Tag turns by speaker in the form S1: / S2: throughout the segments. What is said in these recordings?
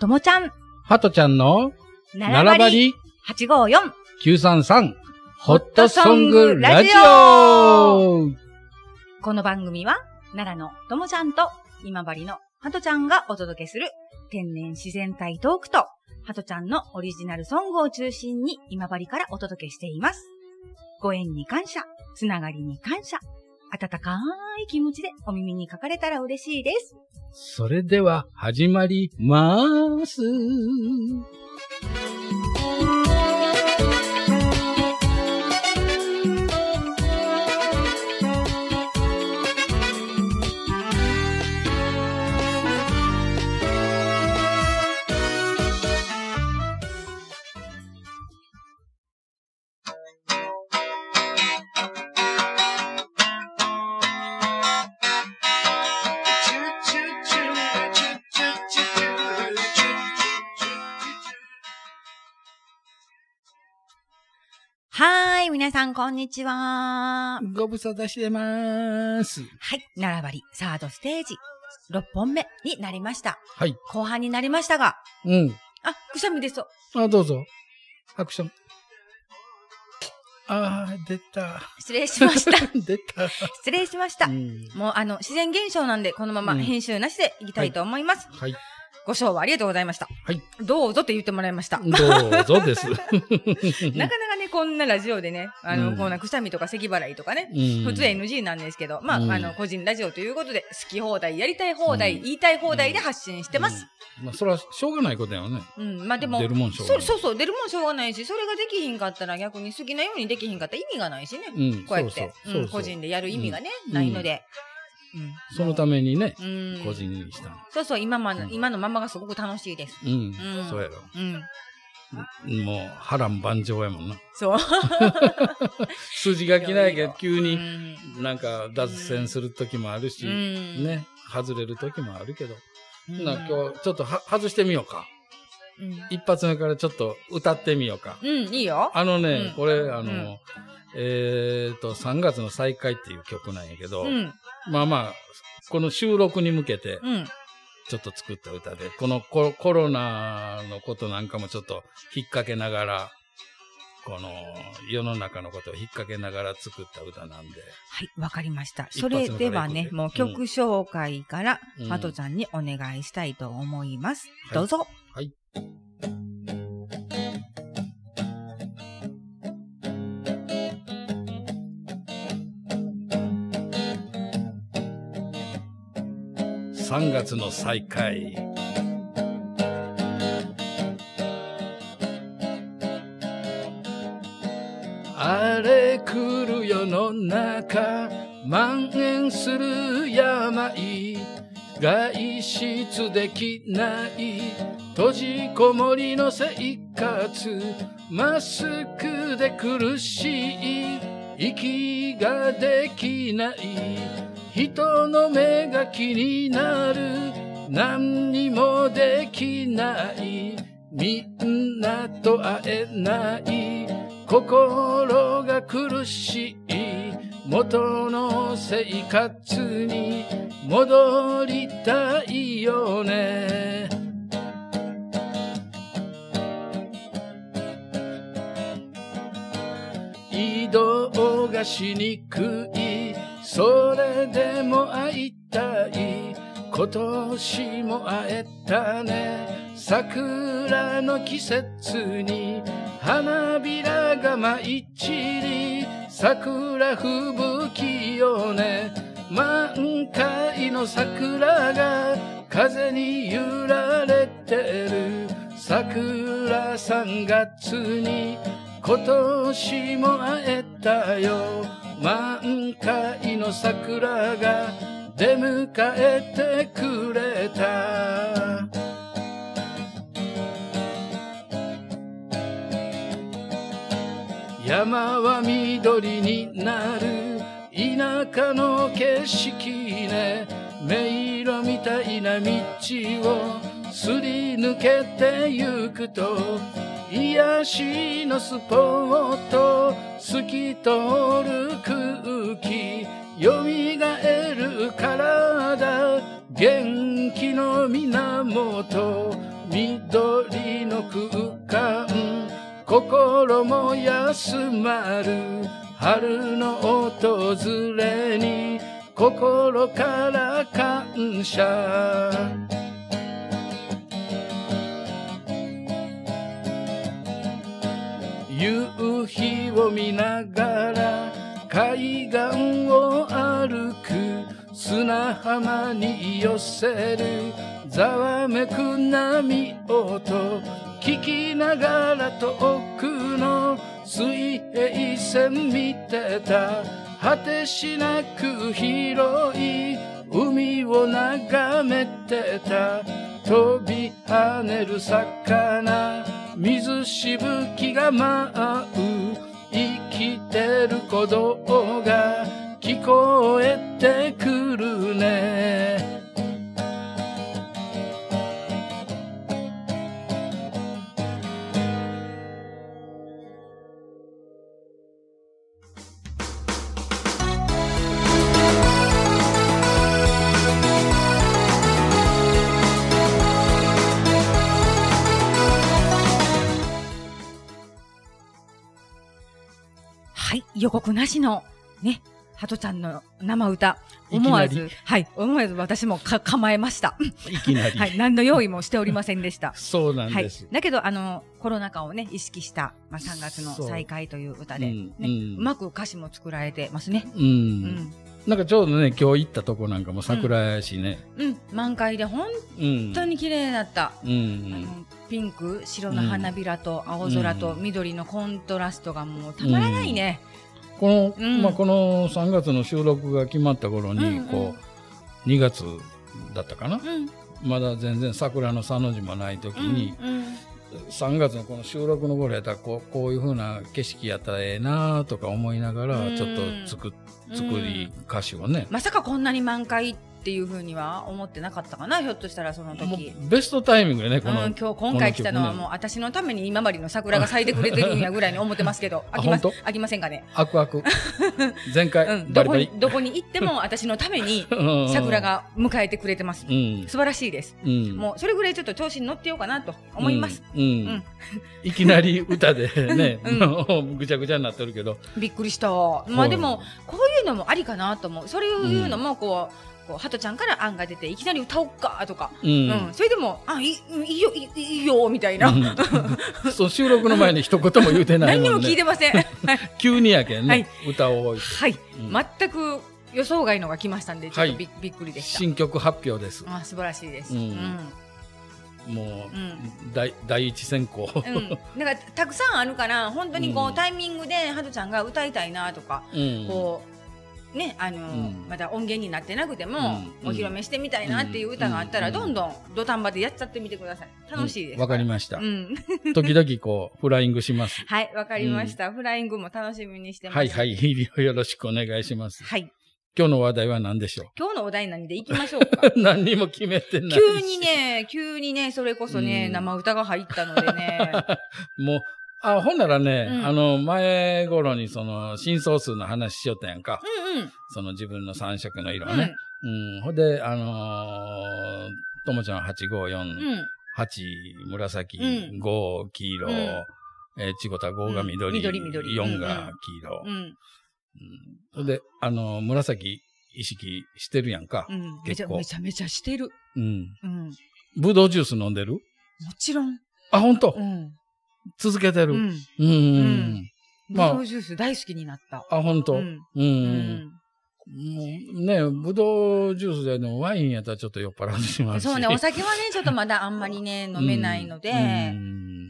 S1: ともちゃん、
S2: ハトちゃんの、
S1: ならばり854、
S2: 854-933、
S1: ホ
S2: ホ
S1: ッ
S2: ッ
S1: ト
S2: ト
S1: ソ
S2: ソ
S1: ン
S2: ン
S1: グ
S2: グ
S1: ラ
S2: ラ
S1: ジ
S2: ジ
S1: オ
S2: オ
S1: この番組は、奈良のともちゃんと今治のハトちゃんがお届けする天然自然体トークと、ハトちゃんのオリジナルソングを中心に今治からお届けしています。ご縁に感謝、つながりに感謝、温かい気持ちでお耳にかかれたら嬉しいです。
S2: それでは始まります。
S1: はーい、皆さんこんにちは。
S2: ご無沙汰してます。
S1: はい、並ばりサードステージ6本目になりました。
S2: はい。
S1: 後半になりましたが、
S2: うん。
S1: あ、くしゃみ出そう。
S2: あ、どうぞ。アクション。あー、出た。
S1: 失礼しま した。
S2: 出た。
S1: 失礼しました
S2: う。ん
S1: もうあの、自然現象なんで、このまま
S2: うん
S1: 編集なしでいきたいと思います。
S2: はい。
S1: ご賞はありがとうございました。
S2: はい。
S1: どうぞって言ってもらいました。
S2: どうぞです。
S1: なかなかね、こんなラジオでね、あの、
S2: うん
S1: こんなくしゃみとか咳払いとかね、
S2: 普
S1: 普通 NG なんですけど、まあ、
S2: うん
S1: あの、個人ラジオということで、好き放題、やりたい放題、
S2: うん
S1: 言いたい放題で発信してます。
S2: うん。まあ、それはしょうがないことやよね。
S1: うん、まあでも、
S2: 出るもんしょう
S1: そ
S2: がな
S1: う
S2: い。
S1: そうそう、出るもんしょうがないし、それができひんかったら逆に好きなようにできひんかったら意味がないしね。
S2: うん、
S1: こうやって、
S2: そうそう
S1: うん個人でやる意味がね、
S2: うん
S1: ないので。うん
S2: そのためにね、
S1: うん
S2: 個人にしたの。
S1: そうそう、今ま、
S2: うん
S1: 今のままがすごく楽しいです。
S2: うん。
S1: うん
S2: そうやろ。
S1: うん。
S2: もう波乱万丈やもんな。
S1: そう。
S2: 数字が来ないけど、急
S1: う
S2: に
S1: ん。
S2: なんか脱線する時もあるし、
S1: うん。
S2: ね、外れる時もあるけど。
S1: うん。
S2: な今日ちょっとは外してみようか。
S1: うん。
S2: 一発目からちょっと歌ってみようか。
S1: うん、いいよ。
S2: あのね、
S1: うん
S2: これ、あの、
S1: うん
S2: えっと、3月の再会っていう曲なんやけど、
S1: うん。
S2: まあまあ、この収録に向けて、
S1: うん。
S2: ちょっと作った歌で、このココロナのことなんかもちょっと引っ掛けながら、この世の中のことを引っ掛けながら作った歌なんで、
S1: はい、わかりました。
S2: 一
S1: そ
S2: 発
S1: れ
S2: 目
S1: ではね
S2: か、らいくんで
S1: もう曲紹介から
S2: う、ん
S1: ハトちゃんにお願いしたいと思います。
S2: はい
S1: どうぞ。
S2: 3月の再会。荒れ狂る世の中、蔓延する病。外出できない閉じこもりの生活マスクで苦しい息ができない人の目が気になる何にもできないみんなと会えない心が苦しい元の生活に戻りたいよね移動がしにくいそれでも会いたい今年も会えたね桜の季節に花びらが舞い散り桜吹雪よね満開の桜が風に揺られてる桜3月に今年も会えたよ満開の桜が出迎えてくれた山は緑になる田舎の景色ね迷路みたいな道をすり抜けてゆくと癒しのスポット透き通る空気蘇る体元気の源緑の空間心も休まる春の訪れに心から感謝夕日を見ながら海岸を歩く砂浜に寄せるざわめく波音聞きながら遠くの水平線見てた果てしなく広い海を眺めてた飛び跳ねる魚水しぶきが舞う生きてる鼓動が聞こえてくるね
S1: はい、予告なしの、ね、ハトちゃんの生歌、思わ
S2: いきな
S1: ず、はい、思わず私もか構えました。
S2: いきなり、
S1: はい、何の用意もしておりませんでした。
S2: そう なん
S1: は
S2: で
S1: い
S2: す、、
S1: だけど、あの、コロナ禍をね、意識した、まあ、3月の
S2: そう
S1: 再会という歌
S2: う
S1: で、ね
S2: んうん
S1: うまく歌詞も作られてますね。
S2: うん
S1: うん。
S2: なんかちょうどね今日行ったとこなんかも桜やしね、
S1: うん、満開で本
S2: うん
S1: 当に綺麗だった。
S2: うん
S1: あのピンク、白の花びらと青空と
S2: うん
S1: 緑のコントラストがもうたまらないね。
S2: この、
S1: うん
S2: まあこの3月の収録が決まった頃に、
S1: うんうん
S2: こう2月だったかな、
S1: うん。うん
S2: まだ全然桜のさの字もない時に、
S1: うん
S2: 3月のこの収録の頃やったらこうこういう風な景色やったらええなとか思いながら
S1: うん
S2: ちょっと作,、作り歌詞をね、
S1: まさかこんなに満開っていうふうには思ってなかったかな、ひょっとしたらその
S2: も
S1: 時。
S2: うベストタイミングでね
S1: う
S2: こ
S1: ん、
S2: の、
S1: 今日今回来たのは
S2: この曲ね
S1: もう私のために今治の桜が咲いてくれてるんやぐらいに思ってますけど
S2: あ
S1: 飽きま
S2: 本
S1: 飽きませんかね、
S2: アクア ク前回、
S1: うん、
S2: バ
S1: ど
S2: リ
S1: こに
S2: バリ
S1: どこに行っても私のために
S2: うん
S1: 桜が迎えてくれてます
S2: うん
S1: 素晴らしいです
S2: うん
S1: もうそれぐらいちょっと調子に乗ってようかなと思います、、
S2: うんうん
S1: うん
S2: いきなり歌でね、
S1: うん
S2: も うぐちゃぐちゃになってるけど、
S1: びっくりしたまあでもこういうのもありかなと思うそういうのもこう,、こうハトちゃんから案が出ていきなり歌おっかとか、
S2: うん、
S1: うんそれでもあいいいいよいいいいよみたいな、
S2: うんそう収録の前に一言も言うてない
S1: 何に
S2: も
S1: も
S2: ん
S1: 聞い
S2: ね。
S1: てま せんはい
S2: 急にやけんね、
S1: はい
S2: 歌を覚
S1: はい、
S2: うん
S1: 全く予想外のが来ましたんでちょっとび,、びっくり
S2: え
S1: でした
S2: 新曲発表です。
S1: あ素晴らしいです、
S2: う
S1: うんん
S2: もう、
S1: う
S2: 第第一選考。
S1: うん、なんかたくさんあるから本当にこう、
S2: うん
S1: タイミングでハトちゃんが歌いたいなとか、
S2: うん
S1: こうねあの
S2: うん
S1: まだ音源になってなくても、
S2: うん
S1: お披露目してみたいなっていう歌があったら、
S2: うん
S1: どんどん土壇場でやっちゃってみてください楽しいです
S2: わ、かり
S1: まし
S2: ました
S1: う。ん、
S2: 時々こうフライングします。
S1: はいわかりました、フライングも楽しみにしてます
S2: はいはい、よろしくお願いします。
S1: はい
S2: 今日の話題は何でしょ
S1: 今日のお題何でいきましょう か
S2: う。何にも決めてないし。
S1: 急にね、急にね、それこそね、
S2: うん
S1: 生歌が入ったので ね。
S2: もう、あ、ほんならね、
S1: うん
S2: あの、前頃にその、真相数の話しよったやんか。
S1: うんうん。
S2: その自分の三色の色
S1: う
S2: ね
S1: ん。。
S2: うん。ほんで、あのーともちゃん854、
S1: うん。
S2: 8、紫、
S1: うん
S2: 5、黄色、
S1: うん
S2: えー、ちごた5が緑、
S1: うん緑緑
S2: 4が黄色。
S1: う
S2: うん
S1: ん。
S2: ほんで、あのー紫意識してるやんか
S1: う。ん。めち
S2: 結
S1: ゃ
S2: 構
S1: めちゃめちゃしてる。
S2: うん。
S1: うん。も
S2: ぶどうジュース飲んでる
S1: ちろん。
S2: あ、ほんと
S1: うん。
S2: 続けてる。
S1: う
S2: う
S1: ん。
S2: ん。うん。
S1: ブ
S2: まあ
S1: ドウジュース大好きになった。
S2: あ、ほんと
S1: うん。
S2: う。
S1: うんん。
S2: もうね、ぶどうジュースでもワインやったらちょっと酔っ払ってしまうし。
S1: そうね、お酒はね、ちょっとまだあんまりね、飲めないので
S2: う、ん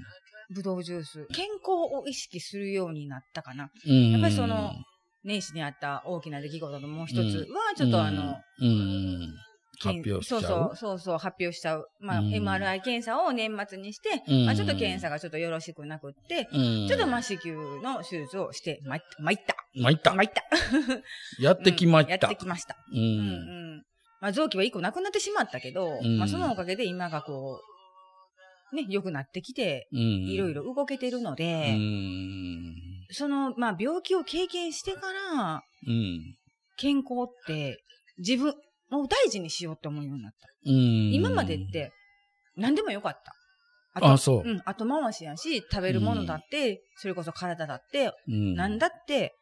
S1: ブドウジュース。健康を意識するようになったかな。
S2: うん
S1: やっぱりその、年始にあった大きな出来事のもう一つは、ちょっとあの、
S2: うん、うん発
S1: 検
S2: 表しちゃう。
S1: そうそう、そうそう、発表しちゃう。まあ、
S2: うん
S1: MRI 検査を年末にして、
S2: うん
S1: まあ、ちょっと検査がちょっとよろしくなくって、
S2: うん
S1: ちょっとまあ、子宮の手術をして、まいった。まいった。
S2: 参った。
S1: まいった。
S2: やってきま
S1: や
S2: っ
S1: って
S2: た。
S1: きました。
S2: う
S1: うん
S2: ん。
S1: うん。まあ、臓器は一個なくなってしまったけど、
S2: うん
S1: まあ、そのおかげで今がこう、ね、良くなってきて、
S2: うん。
S1: いろいろ動けてるの
S2: う
S1: で、
S2: ん。
S1: その、まあ、病気を経験してから、
S2: うん。
S1: 健康って、自分を大事にしようって思うようになった。
S2: うん。
S1: 今までって、何でもよかった。あと
S2: あ、そう
S1: う。ん、後回しやし、食べるものだって、それこそ体だって、
S2: うん
S1: なんだって、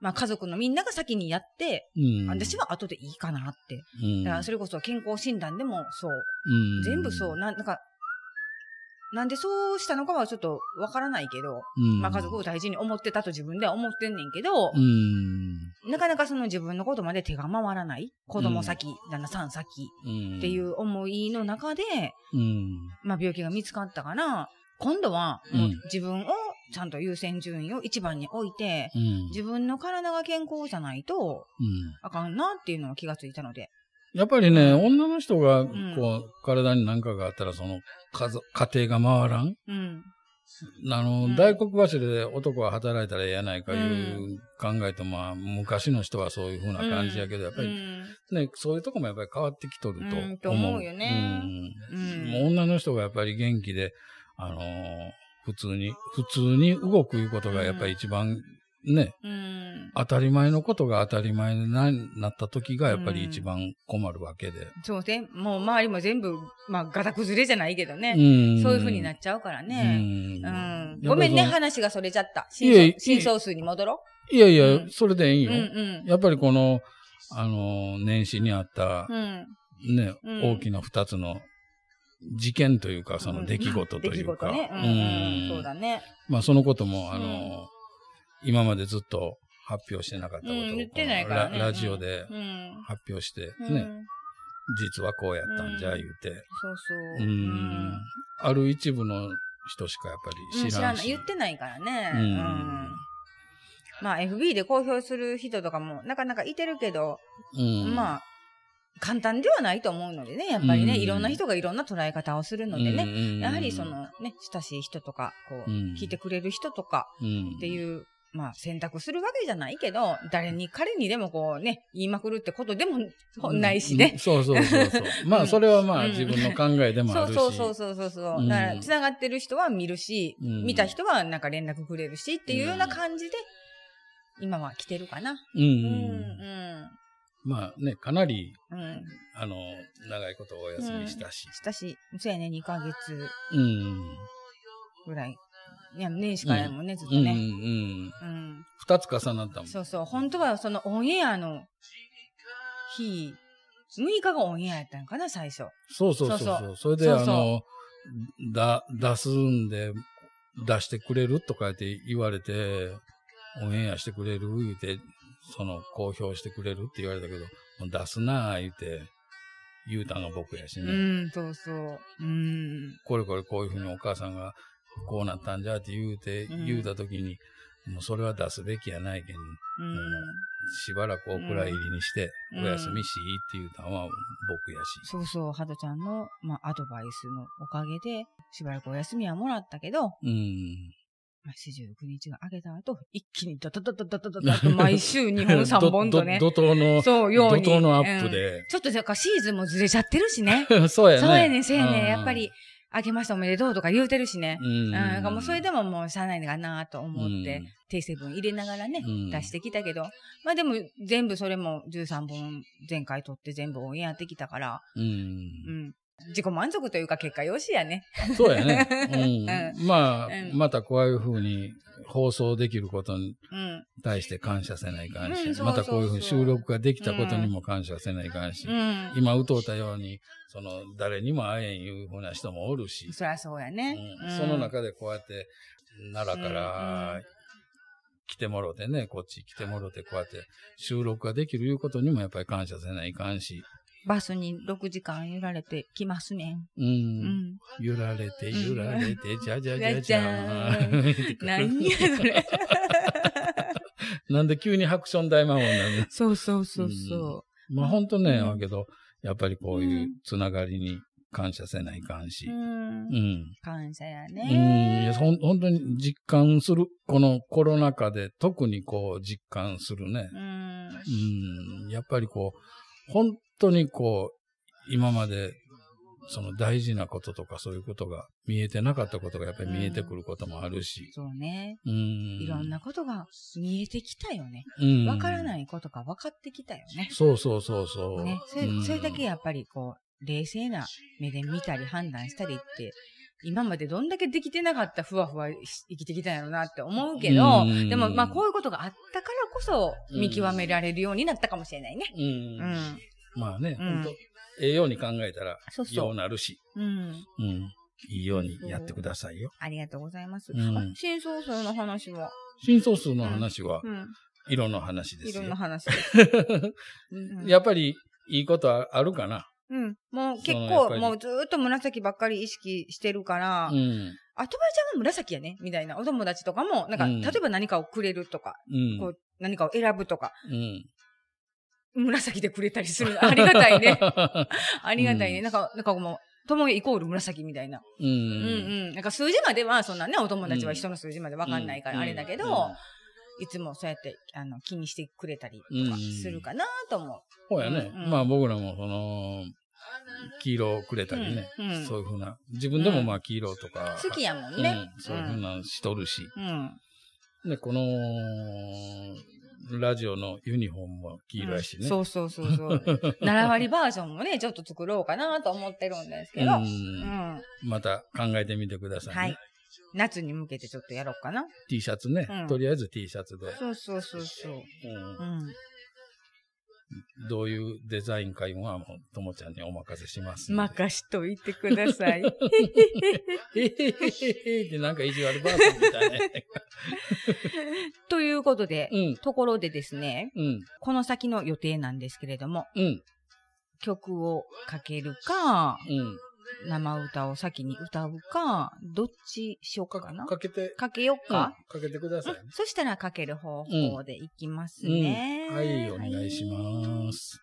S1: まあ家族のみんなが先にやって、
S2: うん
S1: 私は後でいいかなって。
S2: うん
S1: だからそれこそ健康診断でもそう。
S2: うん
S1: 全部そう。ななんか、なんでそうしたのかはちょっとわからないけど、
S2: うん
S1: まあ家族を大事に思ってたと自分では思ってんねんけど
S2: う、ん
S1: なかなかその自分のことまで手が回らない。子供先、旦那さん先
S2: うん
S1: っていう思いの中で、
S2: うん
S1: まあ病気が見つかったから、今度はもううん自分をちゃんと優先順位を一番に置いて、
S2: うん
S1: 自分の体が健康じゃないとあかんなっていうのは気がついたので。
S2: やっぱりね、女の人が、こ
S1: ん
S2: う、体に何かがあったら、その、家族、家庭が回らん
S1: うん。
S2: あの、
S1: うん
S2: 大黒柱で男は働いたらええやないかいう考えと、まあ、昔の人はそういうふうな感じやけど、やっぱ
S1: う
S2: り
S1: ん。
S2: ね、そういうとこもやっぱり変わってきとると思う。
S1: うんと思うよねう
S2: うん
S1: ん
S2: もう女の人がやっぱり元気で、あのー普通に、普通に動くいうことがやっぱり一番、ね、
S1: うん。
S2: 当たり前のことが当たり前にななった時がやっぱり一番困るわけで。
S1: そうね。もう周りも全部、まあ、ガタ崩れじゃないけどね。
S2: ん
S1: そういう風になっちゃうからね。
S2: うん
S1: うん。
S2: やっぱりその
S1: ごめんね、話がそれちゃった。
S2: いえいえ
S1: 真相真相数に戻ろ
S2: いやいや、
S1: うん。
S2: それでいいうよ。
S1: うんうん。
S2: やっぱりこの、あの、年始にあった
S1: う、ん。
S2: ね、
S1: うん
S2: 大きな二つの事件というか、その出来事という
S1: 出
S2: か、
S1: 来事ね。うんうん。そうだね。
S2: まあそのことも、あの、今までずっと発表してなかったことを、
S1: うん言ってないからね
S2: このララジオで
S1: うん。
S2: 発表して、
S1: う
S2: ね、
S1: ん。
S2: 実はこうやったんじゃ、
S1: うん
S2: 言うて、
S1: そうそう。
S2: うん、ある一部の人しかやっぱ
S1: うん
S2: り知
S1: 知
S2: ら
S1: ら
S2: ん
S1: ない。
S2: し。
S1: 言ってないからね。
S2: うん
S1: うん。まあ、FB で公表する人とかもなかなかいてるけど、
S2: うん
S1: まあ、簡単ではないと思うのでね、やっぱりね、
S2: うん
S1: いろんな人がいろんな捉え方をするのでね、
S2: ね
S1: やはりそ、のね、親しい人とか、こう、
S2: うん
S1: 聞いてくれる人とか
S2: うん
S1: っていう、まあ選択するわけじゃないけど、誰に彼にでもこうね、言いまくるってことでもほないし
S2: うん
S1: ね。
S2: そうそうそう そう。ま
S1: う
S2: あ、
S1: ん
S2: それはまあ、
S1: うん
S2: 自分の考えでも
S1: そ
S2: あ
S1: う
S2: る し。
S1: そうそうそうそうそうう。
S2: ん
S1: だから、繋がってる人は見るし、
S2: うん
S1: 見た人はなんか連絡くれるしっていうような感じで、今は来てるかな。
S2: うん
S1: うん、う
S2: うん。まあね、かなり、
S1: ん、うん。
S2: あの、長いことお休みしたし。
S1: したし、そうやね、2ヶ月
S2: うん。
S1: ぐらい。いや、年しかないもんね、ずっと
S2: うん、う
S1: ね。
S2: ん。
S1: うん。
S2: 二つ重なったもん。
S1: そうそう。本当はそのオンエアの日、6日がオンエアやったんかな、最初。
S2: そうそうそうそう。
S1: そ
S2: そうれで、
S1: そうそう
S2: あの、だ、出すんで、出してくれるとかって言われて、オンエアしてくれる言うて、その、公表してくれるって言われたけど、もう出すなあ言うて、言うたんが僕やし
S1: う
S2: ね。
S1: ん、そうそう。うん。
S2: これこれこういうふうにお母さんがこうなったんじゃって言うて、
S1: うん
S2: 言うたときに、もうそれは出すべきやないけん、
S1: うん。
S2: しばらくお蔵入りにして、
S1: うん
S2: お休みしいって言うたんは僕やし。
S1: そうそう、ハトちゃんの、まあ、アドバイスのおかげで、しばらくお休みはもらったけど、
S2: うん。
S1: まあ、49日が明けた後、一気にドドドドドドドドと毎週2本3本とね。
S2: どど怒涛の、
S1: そう、ように。
S2: 怒涛のアップ
S1: うん
S2: で。
S1: ちょっとだからシーズンもずれちゃってるしね。
S2: そうやね。
S1: そうやね、せや
S2: うん
S1: ね。やっぱり、明けましておめでとうとか言うてるしね。
S2: うん。
S1: うん、だからもうそれでももうしゃあないかなと思って、
S2: うん
S1: 訂正文入れながらね、
S2: うん
S1: 出してきたけど、まあでも全部それも13本前回取って全部オンエアできたから、
S2: う。
S1: うんん、自己満足というか結果よしやね。
S2: そうや ね。うん。まあ
S1: う、ん
S2: またこういうふうに放送できることに
S1: うん、
S2: 対して感謝せないかんし、
S1: うんそう
S2: またこういうふうに
S1: そうそう
S2: 収録ができたことにも感謝せないかんし、
S1: うん。
S2: 今歌うたように、その、誰にも会えんいうふうな人もおるし、
S1: そりゃそうやね。
S2: うんその中でこうやって、奈良か
S1: うんう
S2: ら来てもろてね、こっち来てもろて、こうやって収録ができるいうことにもやっぱり感謝せないかんし、
S1: バスに6時間揺られてきますねん。
S2: うん、
S1: うん。
S2: 揺られて、
S1: うん
S2: 揺られて、じゃじゃじゃじ
S1: じ
S2: ゃ
S1: ゃ
S2: ーん。
S1: 何やそれ。
S2: なんで急にハクション大魔王になるの
S1: そうそうそうそ
S2: まあ本当ね、
S1: うん
S2: だけど、やっぱりこういううんつながりに感謝せないかんし
S1: う。う。ん
S2: う。ん。
S1: 感謝や
S2: うん。
S1: ね。
S2: いやほん本当に実感する。このコロナ禍で特にこう実感するね。
S1: うん。
S2: うん。やっぱりこう、本当にこう、今まで、その大事なこととかそういうことが見えてなかったことがやっぱり見えてくることもあるし。
S1: そうね。
S2: うん。
S1: いろんなことが見えてきたよね。
S2: うん、
S1: わから
S2: い。
S1: ないことが分かってきたよね。
S2: そうそうそうそう。
S1: ねそれ
S2: うん
S1: それだけやっぱりこう、冷静な目で見たり判断したりって今までどんだけできてなかったふわふわし生きてきたんやろうなって思うけど
S2: う、ん
S1: でもまあこういうことがあったからこそ見極められるようになったかもしれないね。
S2: う。
S1: うんん。
S2: まあね、
S1: うん
S2: 本当ええように考えたら、
S1: そうそ
S2: よ
S1: う
S2: う。なるし、
S1: うん。
S2: うん。いいようにやってくださいよ。
S1: ありがとうございます。
S2: うん
S1: あ新総数の話は、
S2: 真相数の話は
S1: う、ん。
S2: 色の話で
S1: い
S2: す
S1: ろん
S2: よ
S1: な。話です。ん
S2: やっぱり、いいことああるかな。
S1: うん。もう結
S2: そのやっぱ
S1: 構、
S2: り
S1: もうずーっと紫ばっかり意識してるから、
S2: うん。
S1: あ、とばちゃんは紫やね、みたいな。お友達とかも、なんか、
S2: うん
S1: 例えば何かをくれるとか、
S2: うん。
S1: こう、何かを選ぶとか、
S2: うん。
S1: 紫でくれたりする。 ありがたいね。ありがたいね。
S2: うん
S1: なんか、なんかもう、友イコール紫みたいな。
S2: うん。う
S1: うん
S2: ん。
S1: うん。なんか数字までは、そんなね、お友達は人の数字までわ
S2: わ
S1: かんないから、あれだけど、いつもそうやって、あの、気にしてくれたりとか
S2: うん
S1: するかなと思
S2: そうやね。
S1: うんうん
S2: まあ僕らもその、黄色をくれたりね。
S1: うんうん
S2: そういうふうな。自分でもまあ黄色とか。
S1: う。好きやもん
S2: うん
S1: ね。
S2: そういうふうなしとるし。
S1: うん。
S2: で、この、ラジオのユニフォームは黄色やしね。
S1: そうそうそう そう。習わりバージョンもね、ちょっと作ろうかなと思ってるんですけど。
S2: う。
S1: うんん。
S2: また考えてみてください、ね。
S1: はい。夏に向けてちょっとやろうかな。
S2: T シャツね、
S1: うん
S2: とりあえず T シャツで、
S1: そうそうそうそう。
S2: うん
S1: うん。
S2: どういうデザインかいうのはもう、ともちゃんにお任せしますんで。
S1: 任しといてください。
S2: えへへへへってなんか意地悪バージョンみたいね。
S1: ということで、
S2: うん。
S1: ところでですね、
S2: うん。
S1: この先の予定なんですけれども、
S2: うん。
S1: 曲をかけるか、
S2: うん。
S1: 生歌を先に歌うか、どっちしようかな
S2: かけて、
S1: かけようか、
S2: うんかけてくださいね。
S1: そしたらかける方法でいきますね。。
S2: はい、お願いしますす。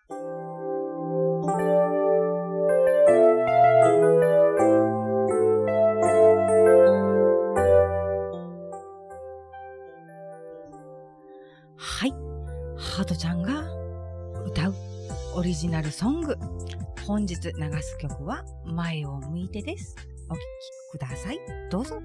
S1: はい。ハトちゃんが歌うオリジナルソング。本日流す曲は前を向いてです。お聴きください。どうぞ。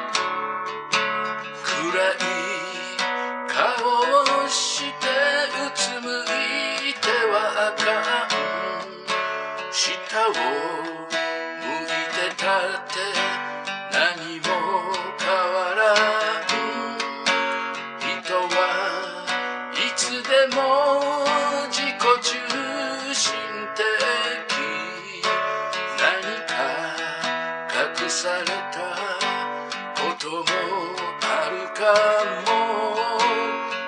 S2: 暗い顔をしてうつむいてはあかん下を向いて立って何も変わらん人はいつでも自己中心的何か隠されたこともあるかも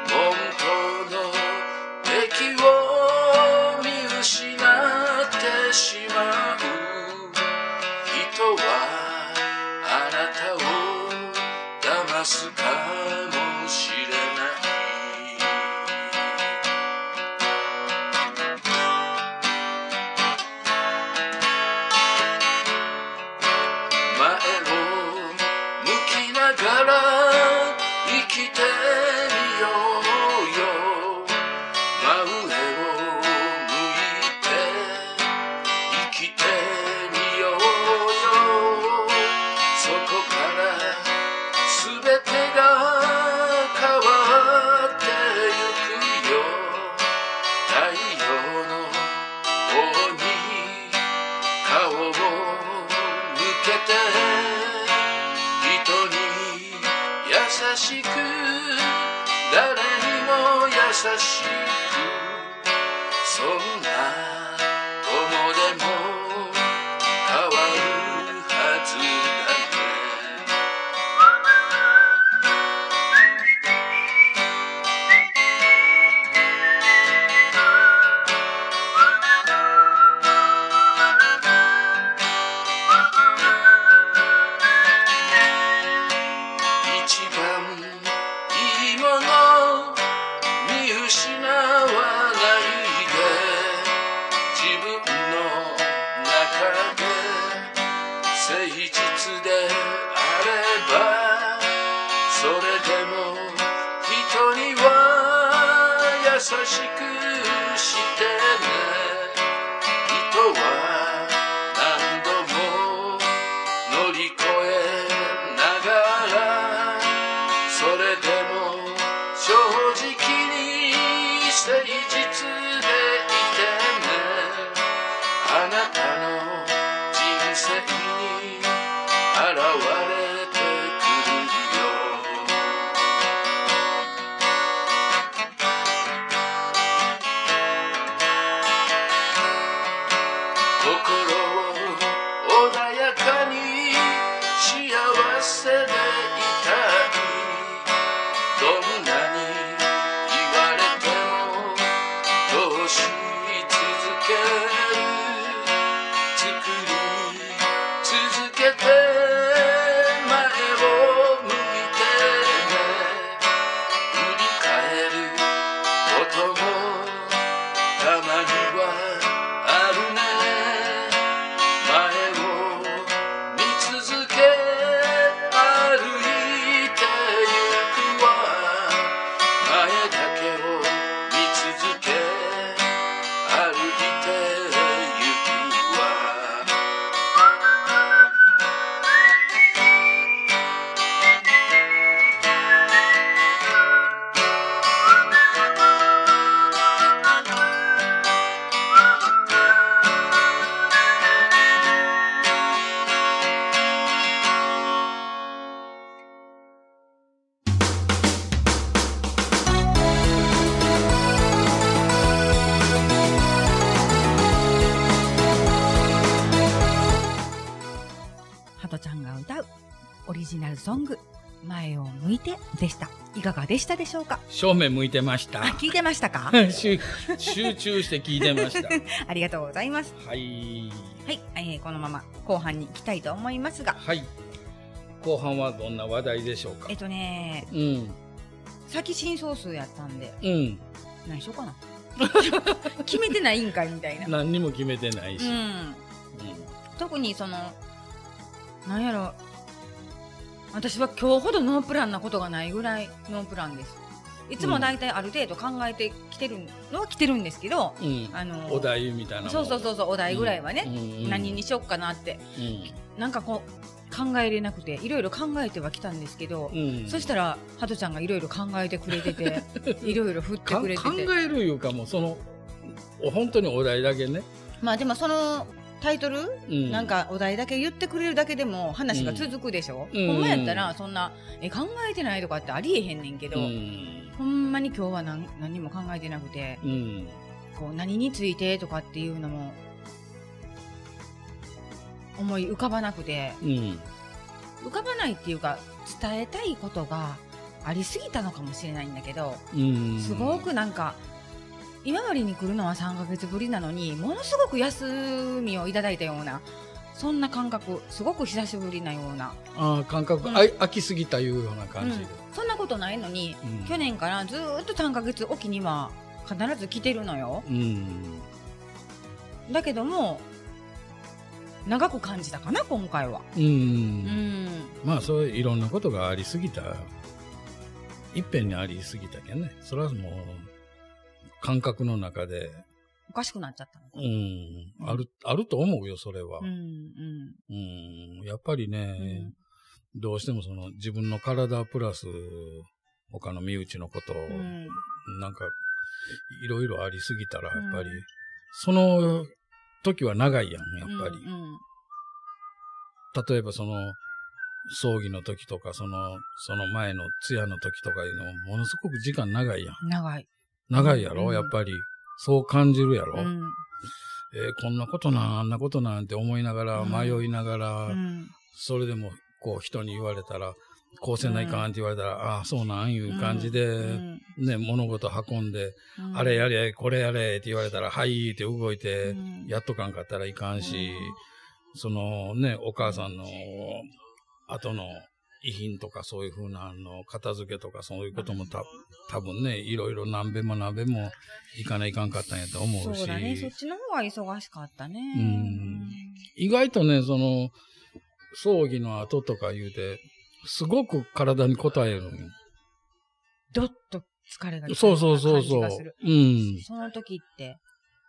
S2: 本当の敵を見失ってしまう人はあなたを騙すかもしれない前を向きながら生きてみようよ真上を向いて生きてみようよそこから全てが変わってゆくよ太陽の方に顔を向けて人に優しく誰にも優しくそんな友でも変わるはずだね一番いいもの見失わないで自分の中で誠実であればそれでも人には優しくしてね人は何度も乗り越えな際に現れてくるよ心を穏やかに幸せでいたいどんなに言われてもどうし続ける作り続けて前を向いてね振り返ることもたまにはあるね前を見続け歩いてゆくわ前だけを見続け歩いてゆくわ
S1: ハトちゃんが歌うオリジナルソング、前を向いてでした。いかがでしたでしょうか
S2: 正面向いてました
S1: あ、聞いてましたか
S2: 集集中して聞いてました
S1: ありがとうございます。
S2: はい
S1: はい、えーこのまま後半に行きたいと思いますが、
S2: はい後半はどんな話題でしょうか
S1: えっとね、
S2: うん
S1: さっき真相数やったんで、
S2: うん
S1: 何しようかな。 決めてないんかいみたいな。う
S2: 何にも決めてないし、
S1: ん。特にその、なんやろ、私は今日ほどノープランなことがないぐらいノープランです。いつも大体ある程度考えてきてるのは来てるんですけど、
S2: うんうん
S1: あの
S2: お題みたいなもん
S1: そうそうそうそうお題ぐらいはね、
S2: うんうん
S1: 何にしよっかなってなんかこう考えれなくていろいろ考えてはきたんですけど
S2: う、んうん
S1: そしたらハトちゃんがいろいろ考えてくれて ていろいろ振って
S2: か
S1: くれて
S2: 考
S1: て
S2: えるいうかもうそのお本当にお題だけね、
S1: まあでもそのタイトル、
S2: う
S1: なんかお題だけ言ってくれるだけでも話が続くでしょ、
S2: うん
S1: ほんまやったらそんなえ考えてないとかってありえへんねんけど、
S2: うん
S1: ほんまに今日は何何も考えてなくて
S2: うん
S1: こう何についてとかっていうのも思い浮かばなくて。
S2: うん
S1: 浮かばないっていうか伝えたいことがありすぎたのかもしれないんだけど
S2: うん
S1: すごくなんか今治に来るのは3ヶ月ぶりなのにものすごく休みをいただいたようなそんな感覚すごく久しぶりなような、
S2: あー感覚、
S1: うん
S2: あい飽きすぎたいうような感じで、
S1: うんそんなことないのに
S2: うん
S1: 去年からずーっと3ヶ月おきには必ず来てるのよ
S2: うん
S1: だけども長く感じたかな今回は
S2: うん、
S1: うん
S2: まあそういういろんなことがありすぎたいっぺんにありすぎたけんねそれはもう感覚の中で
S1: おかしくなっちゃったのか
S2: う
S1: な、
S2: んあるあると思うよそれは、
S1: うん
S2: うんやっぱりね、
S1: うんうん
S2: どうしてもその自分の体プラス他の身内のことを、
S1: うん
S2: なんかいろいろありすぎたらやっぱり、
S1: うん
S2: その時は長いやん、やっぱり。
S1: うんうん
S2: 例えばその葬儀の時とか、その、その前の通夜の時とかいうのもものすごく時間長いやん。
S1: 長い、
S2: 長いやろ、
S1: うん
S2: やっぱり。そう感じるやろ、
S1: うん
S2: えーこんなことなん、あんなことなんって思いながら、
S1: うん
S2: 迷いながら、
S1: うん
S2: それでも、こう、人に言われたら、こうせないかんって言われたら、ああ、そうなんいう感じで、
S1: うん
S2: ね、物事運んで、
S1: うん
S2: あれやれ、これやれって言われたら、はいって動いて、
S1: うん
S2: やっとかんかったらいかんし、そのね、お母さんの後の遺品とかそういうふうなあの片付けとかそういうこともた多分ね、いろいろ何べも何べも行かないかんかったんやと思うし、
S1: そうだねそっちの方が忙しかったね
S2: うん意外とね、その、葬儀の後とか言うて、すごく体に応えるんよ
S1: どっと疲れが出て
S2: そうそうそう
S1: きた
S2: そう
S1: 感じがする。
S2: うん。
S1: その時って、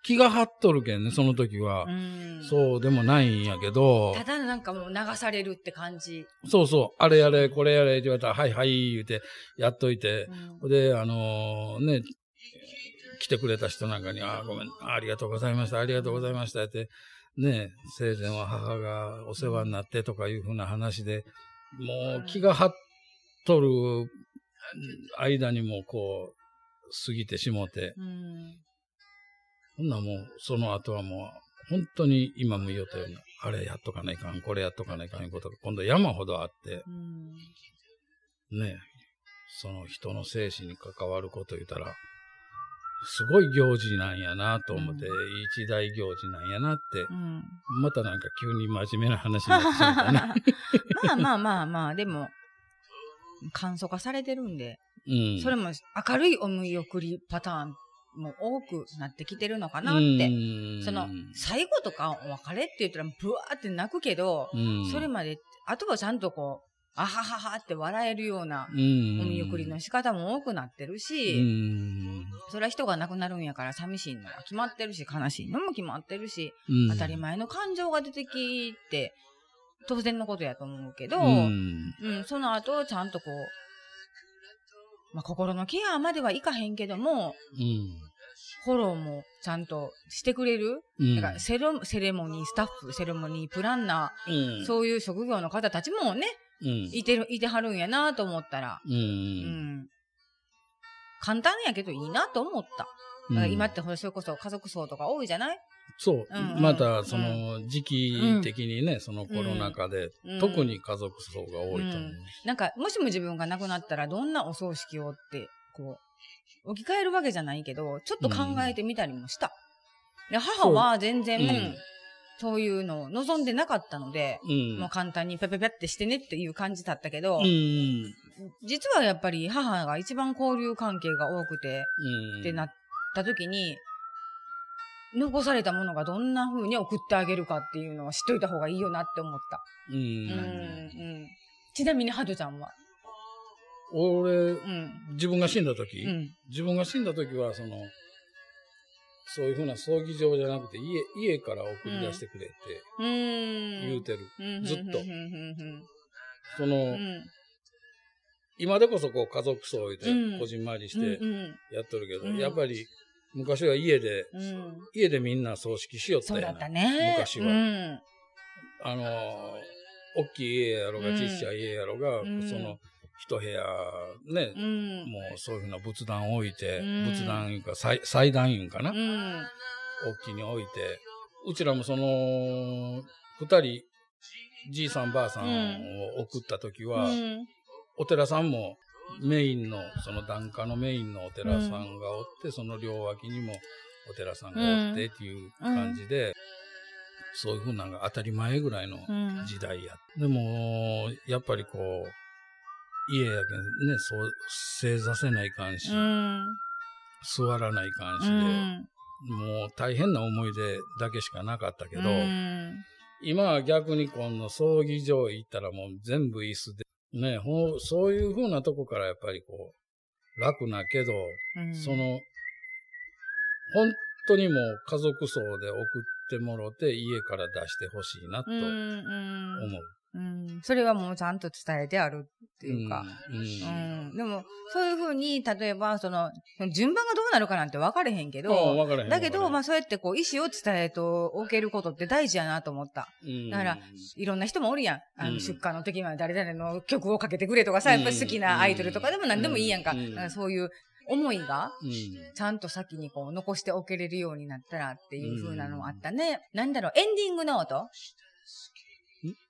S2: 気が張っとるけんね、その時は。
S1: うん
S2: そうでもないんやけど。
S1: ただなんかもう流されるって感じ、
S2: そうそう、あれやれ、これやれって言われたら、はいはい、言うて、やっといて
S1: う、ん
S2: ほんで、あのーね、来てくれた人なんかに、あーごめん、あーありがとうございました、ありがとうございましたって、ね、生前は母がお世話になってとかいうふうな話で、もう気が張っとる間にもこう、過ぎてしもて、
S1: うん。
S2: ほんならもう、その後はもう、本当に今も言おうたように、あれやっとかないかん、これやっとかないかんいうことが、今度山ほどあって、
S1: うん。
S2: ね、その人の生死に関わること言うたら、すごい行事なんやなと思って、
S1: う
S2: 一大行事なんやなって
S1: う、ん。
S2: またなんか急に真面目な話になってしまっ たね。
S1: まあまあまあまあ、でも、簡素化されてるんで、
S2: うん。
S1: それも明るいお見送りパターンも多くなってきてるのかなっ
S2: う
S1: て。
S2: ん
S1: その、最後とかお別れって言ったら、ブワーって泣くけど、
S2: うん
S1: それまで、あとはちゃんとこう、あはははって笑えるような
S2: う
S1: お
S2: ん
S1: 見送りの仕方も多くなってる
S2: う
S1: し、
S2: ん
S1: それは人が亡くなるんやから寂しいのは決まってるし、悲しいのも決まってるし、
S2: うん
S1: 当たり前の感情が出てきて、当然のことやと思うけど、
S2: うん
S1: うん、その後、ちゃんとこう、まあ、心のケアまではいかへんけども、
S2: うん
S1: フォローもちゃんとしてくれる、
S2: うん
S1: だからセロセレモニースタッフ、セレモニープランナ
S2: う
S1: ー、
S2: ん
S1: そういう職業の方たちもね、
S2: うん
S1: いてる、いてはるんやなと思ったら、
S2: う
S1: うんん。簡単やけどいいなと思った。だから今ってほらそれこそ家族層とか多いじゃない、
S2: そう、
S1: うんうん
S2: またその時期的にね、そのコロナ禍で、
S1: うん
S2: 特に家族層が多いと思う。
S1: なんか、もしも自分が亡くなったらどんなお葬式をって、こう、置き換えるわけじゃないけど、ちょっと考えてみたりもした。で母は全然、
S2: うん
S1: そういうのを望んでなかったので、
S2: うん
S1: もう簡単にペペペってしてねっていう感じだったけど、
S2: うん
S1: 実はやっぱり母が一番交流関係が多くて、
S2: うん
S1: ってなった時に、残されたものがどんな風に送ってあげるかっていうのは知っといた方がいいよなって思った。
S2: うん
S1: うん、うん。ちなみにハトちゃんは
S2: 俺
S1: うん。
S2: 自分が死んだ時、
S1: うん。
S2: 自分が死んだ時はそのそういうふうな葬儀場じゃなくて家家から送り出してくれって
S1: うーん。
S2: 言うてる、
S1: うん
S2: ずっと
S1: うんうん
S2: その、
S1: うんうん
S2: 今でこそこう家族葬で
S1: うん
S2: こじんまりし
S1: うん
S2: て
S1: うん
S2: やっとるけど、
S1: うん
S2: やっぱり昔は家で
S1: うん
S2: 家でみんな葬式しよった
S1: そう
S2: や
S1: だ
S2: ん
S1: ったね。
S2: 昔は
S1: うん。
S2: あのー、大きい家やろが、
S1: うん
S2: ちっちゃい家やろが、
S1: うん
S2: その、一部屋、ね
S1: う、ん。
S2: もうそういうふうな仏壇置いて、
S1: うん
S2: 仏壇いうか、祭祭壇いうんかな、
S1: うん。うん。
S2: 大きいに置いて、うちらもその、二人、じいさんばあさんを送った時は、
S1: うん
S2: お寺さんも、メインの、その檀家のメインのお寺さんがおって、その両脇にもお寺さんがおってっていう感じで、そういうふうなのが当たり前ぐらいの
S1: うん
S2: 時代や。でも、やっぱりこう、家やけんね、そう、正座せないかんし、
S1: うん
S2: 座らないかんしで、もう大変な思い出だけしかなかったけど、
S1: うん
S2: 今は逆にこの葬儀場行ったらもう全部椅子で、ね、ほんそういう風なとこからやっぱりこう、楽なけど、
S1: うん
S2: その、本当にもう家族葬で送ってもろて家から出してほしいなと
S1: うん
S2: 思う。
S1: うんうんそれはもうちゃんと伝えてあるっていうか。
S2: うん。うん
S1: うん、でも、そういうふうに、例えば、その、その順番がどうなるかなんて分かれへんけ
S2: ああ
S1: ど、
S2: 分からへん
S1: だけど、ま
S2: 分
S1: あそうやってこう、意思を伝えておけることって大事やなと思った。
S2: らへん
S1: だから、いろんな人もおるやん。あ
S2: うん
S1: の、出荷の時は誰々の曲をかけてくれとかさ、
S2: う
S1: や
S2: ん
S1: っぱり好きなアイドルとかでも何でもいいやんか。
S2: うん
S1: だからそういう思いが、
S2: うん。
S1: ちゃんと先にこう、残しておけれるようになったらっていう風なのもあったね。なんだろう、エンディングノート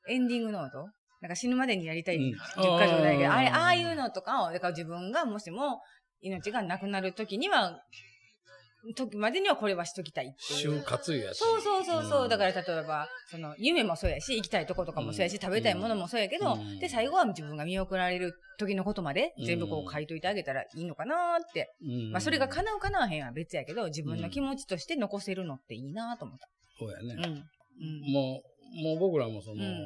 S1: エンディングノートなんか死ぬまでにやりたい
S2: うん
S1: 10か条ないけど、
S2: あー
S1: あれ、ああいうのとかを、だから自分がもしも命がなくなる時には、時までにはこれはしときたいっていう
S2: 就。活やつ。、
S1: そうそうそうそう。だからら例えば、その、夢もそうやし、行きたいとことかもそうやし、食べたいものもそうやけど、
S2: うん
S1: で、最後は自分が見送られる時のことまで、全部こう書いといてあげたらいいのかなーって。
S2: うん
S1: まあ、それが叶う叶わへんは別やけど、自分の気持ちとして残せるのっていいなと思っ
S2: そうや
S1: た。
S2: ね
S1: う。ん。うん。
S2: もう、もう僕らもその、
S1: うん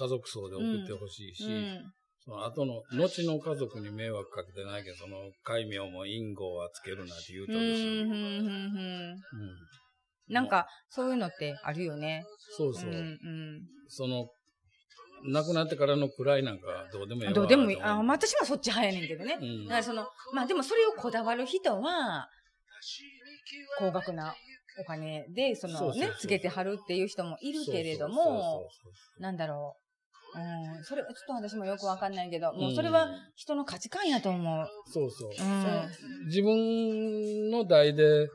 S2: 家族葬で送ってほしいし、
S1: うん。
S2: その後の、後の家族に迷惑かけてないけど、その、戒名も因果はつけるなって言う
S1: う
S2: と
S1: ん
S2: るし、
S1: うんうん
S2: うん
S1: うんなん、か、そういうのってあるよね。
S2: そう
S1: う
S2: そう、
S1: んうん
S2: その、亡くなってからの位なんかどうでもいい
S1: あどうでもいい。あ、まあ、私もそっち早いねんけどね。
S2: うん
S1: だからその、まあでもそれをこだわる人は、高額なお金で、そ
S2: そう
S1: の
S2: そうそう
S1: ね
S2: そう、
S1: つけてはるっていう人もいるけれど
S2: そうそうそう
S1: も、
S2: そうそう
S1: なんだろう。うん、それはちょっと私もよくわかんないけど、もううんそれは人の価値観やと思う。
S2: そうそう。
S1: うん
S2: その自分の代で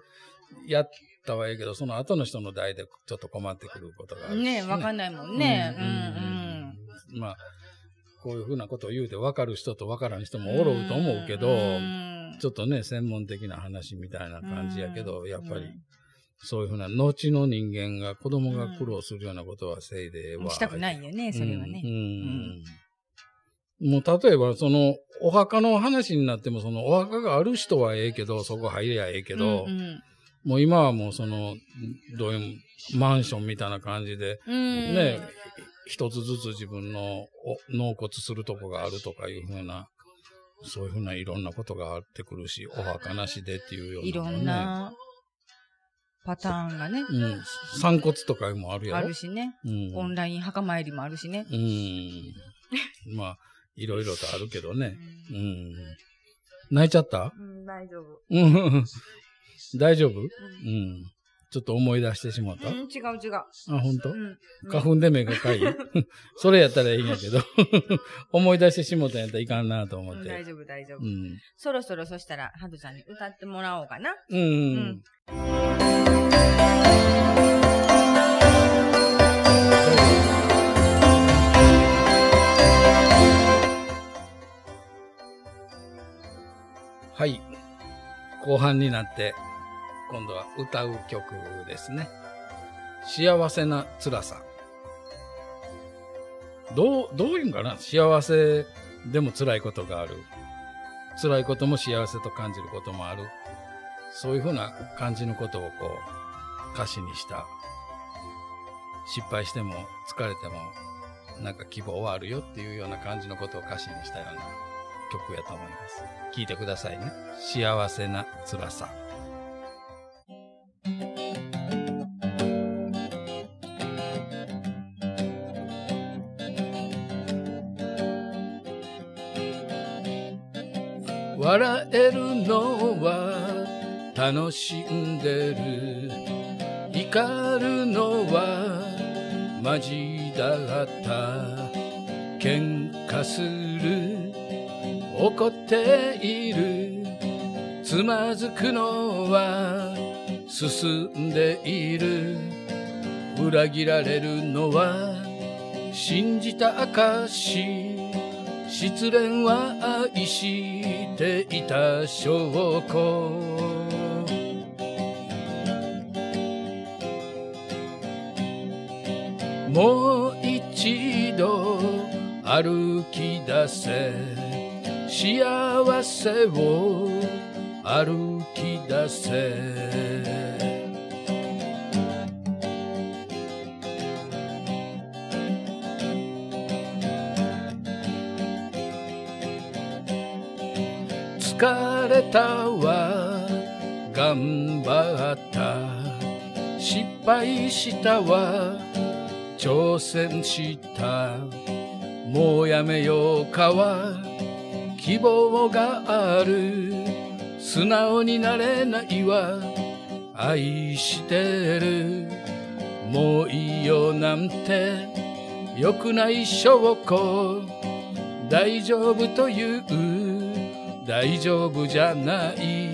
S2: やったはいいけど、その後の人の代でちょっと困ってくることがあるし
S1: ねわかんないもんね。うん
S2: うんまあ、こういうふうなことを言うて分かる人と分からん人
S1: うん。
S2: もおろうと思うけど、
S1: うん
S2: ちょっとね、専門的な話みたいな感じやけど、やっぱり、そういうふうな、後の人間が、子供が苦労するようなことはせいで
S1: うん
S2: は。
S1: したくないよね、それは
S2: う
S1: ね。
S2: んうんもう例えば、その、お墓の話になっても、その、お墓がある人はええけど、そこ入りゃええけど、
S1: うん
S2: もう今はもうその、どういう、マンションみたいな感じで、
S1: うん、
S2: ね、一つずつ自分のお納骨するとこがあるとかいうふうな、そういうふうないろんなことがあってくるし、お墓なしでっていうような、ね。
S1: いろん。なパターンがね、
S2: うん。散骨とかもあるや
S1: あ
S2: ろ
S1: る。しね。
S2: うん。
S1: オンライン墓参りもあるしね。
S2: うん。まあ、いろいろとあるけどね。うん。泣いちゃった
S1: うん、大丈夫。
S2: うん。大丈夫うん。ちょっと思い出してしまった。
S1: うん、違う違う。
S2: あ、本当？
S1: うん。
S2: 花粉で目がかい それやったらいいんやけど、思い出してしもたんやったらいかんなと思
S1: う
S2: っ
S1: ん大
S2: て。
S1: 丈夫大丈夫
S2: う。ん。
S1: そろそろそしたら、ハドちゃんに歌ってもらおうかな。
S2: うん。
S1: ん
S2: はい。後半になって、今度は歌う曲ですね。幸せな辛さ。どう、どういうんかな幸せでも辛いことがある。辛いことも幸せと感じることもある。そういうふうな感じのことをこう、歌詞にした。失敗しても疲れても、なんか希望はあるよっていうような感じのことを歌詞にしたような曲やと思います。聴いてくださいね。幸せな辛さ。笑えるのは楽しんでる怒るのはマジだった喧嘩する怒っているつまずくのは進んでいる裏切られるのは信じた証失恋は愛していた証拠もう一度歩き出せ幸せを歩き出せ疲れたわ頑張った失敗したわ挑戦したもうやめようかは希望がある素直になれないわ愛してるもういいよなんて良くない証拠大丈夫という大丈夫じゃない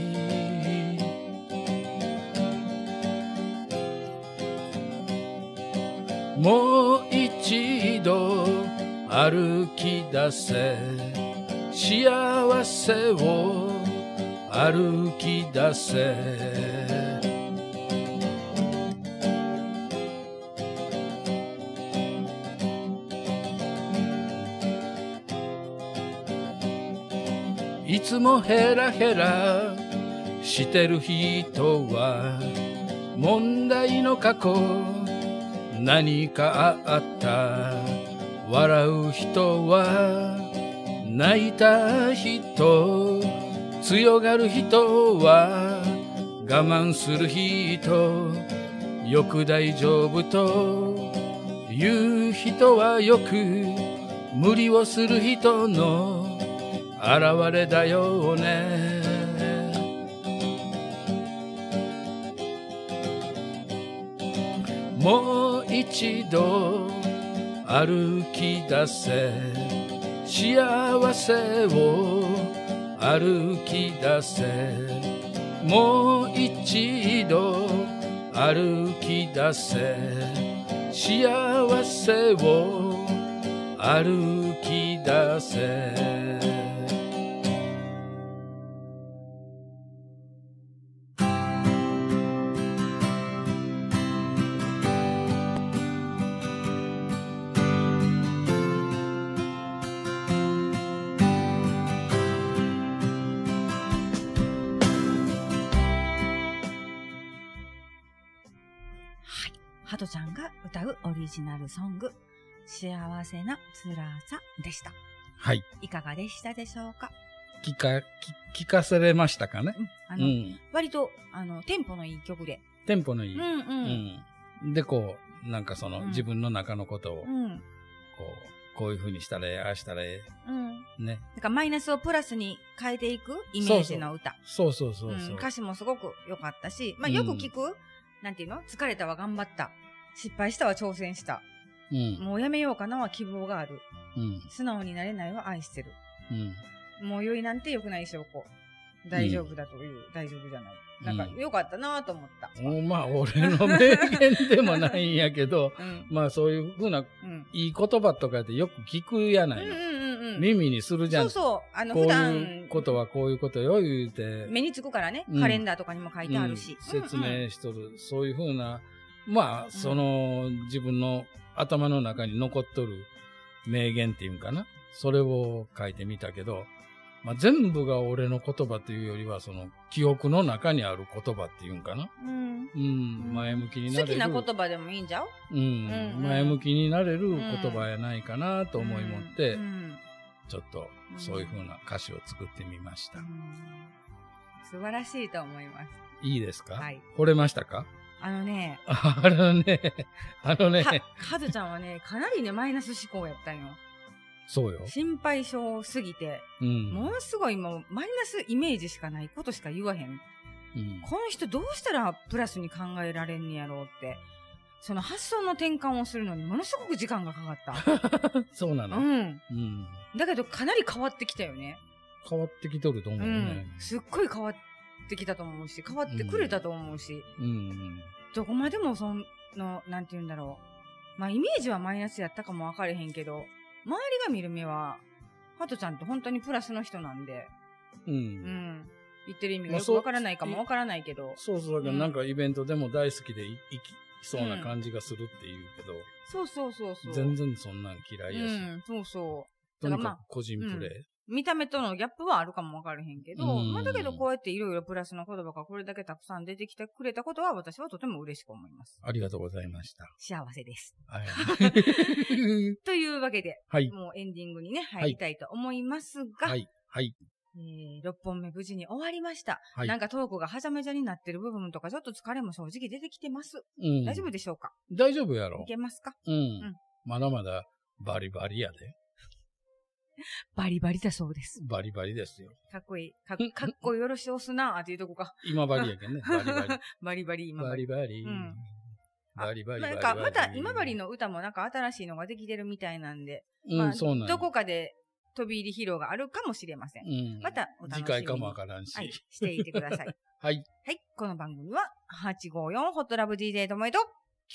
S2: もう一度歩き出せ幸せを歩き出せいつもヘラヘラしてる人は問題の過去何かあった笑う人は泣いた人強がる人は我慢する人よく大丈夫と言う人はよく無理をする人の現れだよねもう一度歩き出せ幸せを歩き出せもう一度歩き出せ幸せを歩き出せ
S1: ハトちゃんが歌うオリジナルソング、幸せな辛さでした。
S2: はい
S1: いかがでしたでしょうか、
S2: 聞か聞聞かされましたかね、
S1: うん、あ
S2: う
S1: の、
S2: ん、
S1: 割と、あの、テンポのいい曲で。
S2: テンポのいい、
S1: うんうん。
S2: うんで、こう、なんかその、
S1: うん
S2: 自分の中のことを、こ
S1: うん。
S2: う、こういう風にしたらええ、ああしたらえ
S1: うん。
S2: え、ね。
S1: だからマイナスをプラスに変えていくイメージの歌。
S2: そうそうそううそ
S1: ん
S2: う。
S1: 歌詞もすごく良かったし、まあ
S2: うん
S1: よく聞く、なんていうの疲れたは頑張った。失敗したは挑戦した。
S2: うん。
S1: もうやめようかなは希望がある。
S2: うん。
S1: 素直になれないは愛してる。
S2: うん。
S1: もう酔いなんて良くない証拠。大丈夫だという、大丈夫じゃない。なんか良かったなと思った。
S2: もうまあ、俺の名言でもないんやけど、
S1: うん。
S2: まあそういう風な、
S1: うん。
S2: いい言葉とかってよく聞くや
S1: う
S2: なんいの。
S1: うんうんうん。
S2: 耳にするじゃ
S1: そ
S2: ん。
S1: うそう。あの、普
S2: こういう
S1: 段、
S2: ことはこういうことよ、言うて。
S1: 目につくからね、
S2: うん
S1: カレンダーとかにも書いてあるし。
S2: うん説
S1: うんうん。
S2: 明しとる、そういうふうなまあその、自分の頭の中に残っとる名言っていうんかなそれを書いてみたけど、まあ、全部が俺の言葉というよりはその記憶の中にある言葉っていうんかな、
S1: うん
S2: うん、前向きにな
S1: 好
S2: れ
S1: き
S2: る
S1: な言葉でもいいんじゃう
S2: うん
S1: うんうん
S2: 前向きになれる言葉やないかなと思いもって、
S1: うん
S2: ちょっとそういうふうな歌詞を作ってみました、
S1: 素晴らしいと思います。
S2: いいですか、
S1: はい
S2: 惚れましたか
S1: あのね、
S2: あのね、あのね、
S1: は、はずちゃんはね、かなりね、マイナス思考やったんよ。
S2: そうよ。
S1: 心配性すぎて、
S2: うん。
S1: ものすごいもう、マイナスイメージしかないことしか言わへん。
S2: うん
S1: この人どうしたらプラスに考えられんねやろうって。その発想の転換をするのにものすごく時間がかかっ
S2: そうな
S1: た。
S2: の、
S1: う
S2: うん、
S1: ん。だけどかなり変わってきたよね。
S2: 変わってきとると思
S1: う
S2: うね
S1: ん。。すっごい変わってきたと思うし、変わってくれたと思うし。
S2: うん。うん。
S1: どこまでもその、なんて言うんだろう。まあ、イメージはマイナスやったかもわかれへんけど、周りが見る目は、ハトちゃんって本当にプラスの人なんで、
S2: うん。
S1: うん。言ってる意味
S2: ま
S1: が
S2: あ
S1: よく
S2: そう
S1: わからないかもわからないけど、
S2: そうそう、だから
S1: うん
S2: なんかイベントでも大好きでい行きそうな感じがするっていうけど、
S1: そうそうそうそう。
S2: 全然そんなん嫌
S1: う
S2: いやし、
S1: ん、そうそ
S2: と
S1: だから
S2: に
S1: まあ
S2: かく個人プレ
S1: う。見た目とのギャップはあるかもわからへんけど、
S2: うん
S1: まあ、だけどこうやっていろいろプラスの言葉がこれだけたくさん出てきてくれたことは私はとても嬉しく思います。
S2: イ。ありがとうございました。
S1: 幸せです。
S2: はい。
S1: というわけで、
S2: はい。
S1: もうエンディングにね、入りたいと思いますが、
S2: はい。はい。
S1: えー、6本目無事に終わりました。
S2: はい
S1: なんかトークがはちゃめちゃになってる部分とか、ちょっと疲れも正直出てきてます。
S2: うん、
S1: 大丈夫でしょうか
S2: 大丈夫やろ
S1: い。けますか
S2: うん。
S1: ん
S2: まだまだバリバリやで。
S1: バリバリだそうです。
S2: バリバリですよ。
S1: かっこいい。かかっこよろしおすなーっていうとこか。
S2: 今バリやけんね。バリバリ。
S1: バリバリ今
S2: バ
S1: 治
S2: リバリ。
S1: うん
S2: バリバリバリバ
S1: な
S2: リ。
S1: んか、また今治の歌もなんか新しいのができてるみたいなんで、
S2: うん、
S1: まあ
S2: そうなんや
S1: どこかで飛び入り披露があるかもしれません。
S2: うん、
S1: またお楽しみに
S2: 次回かもわからんし。
S1: はい、していてくだ さい。
S2: はい。
S1: はい、この番組は854ホットラブ DJ ともえと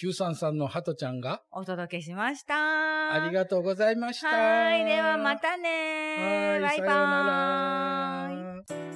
S2: 933のハトちゃんが、
S1: お届けしました。
S2: ありがとうございました。
S1: はい、ではまたね
S2: はーい
S1: バイ
S2: さよう
S1: バーイ
S2: な。ら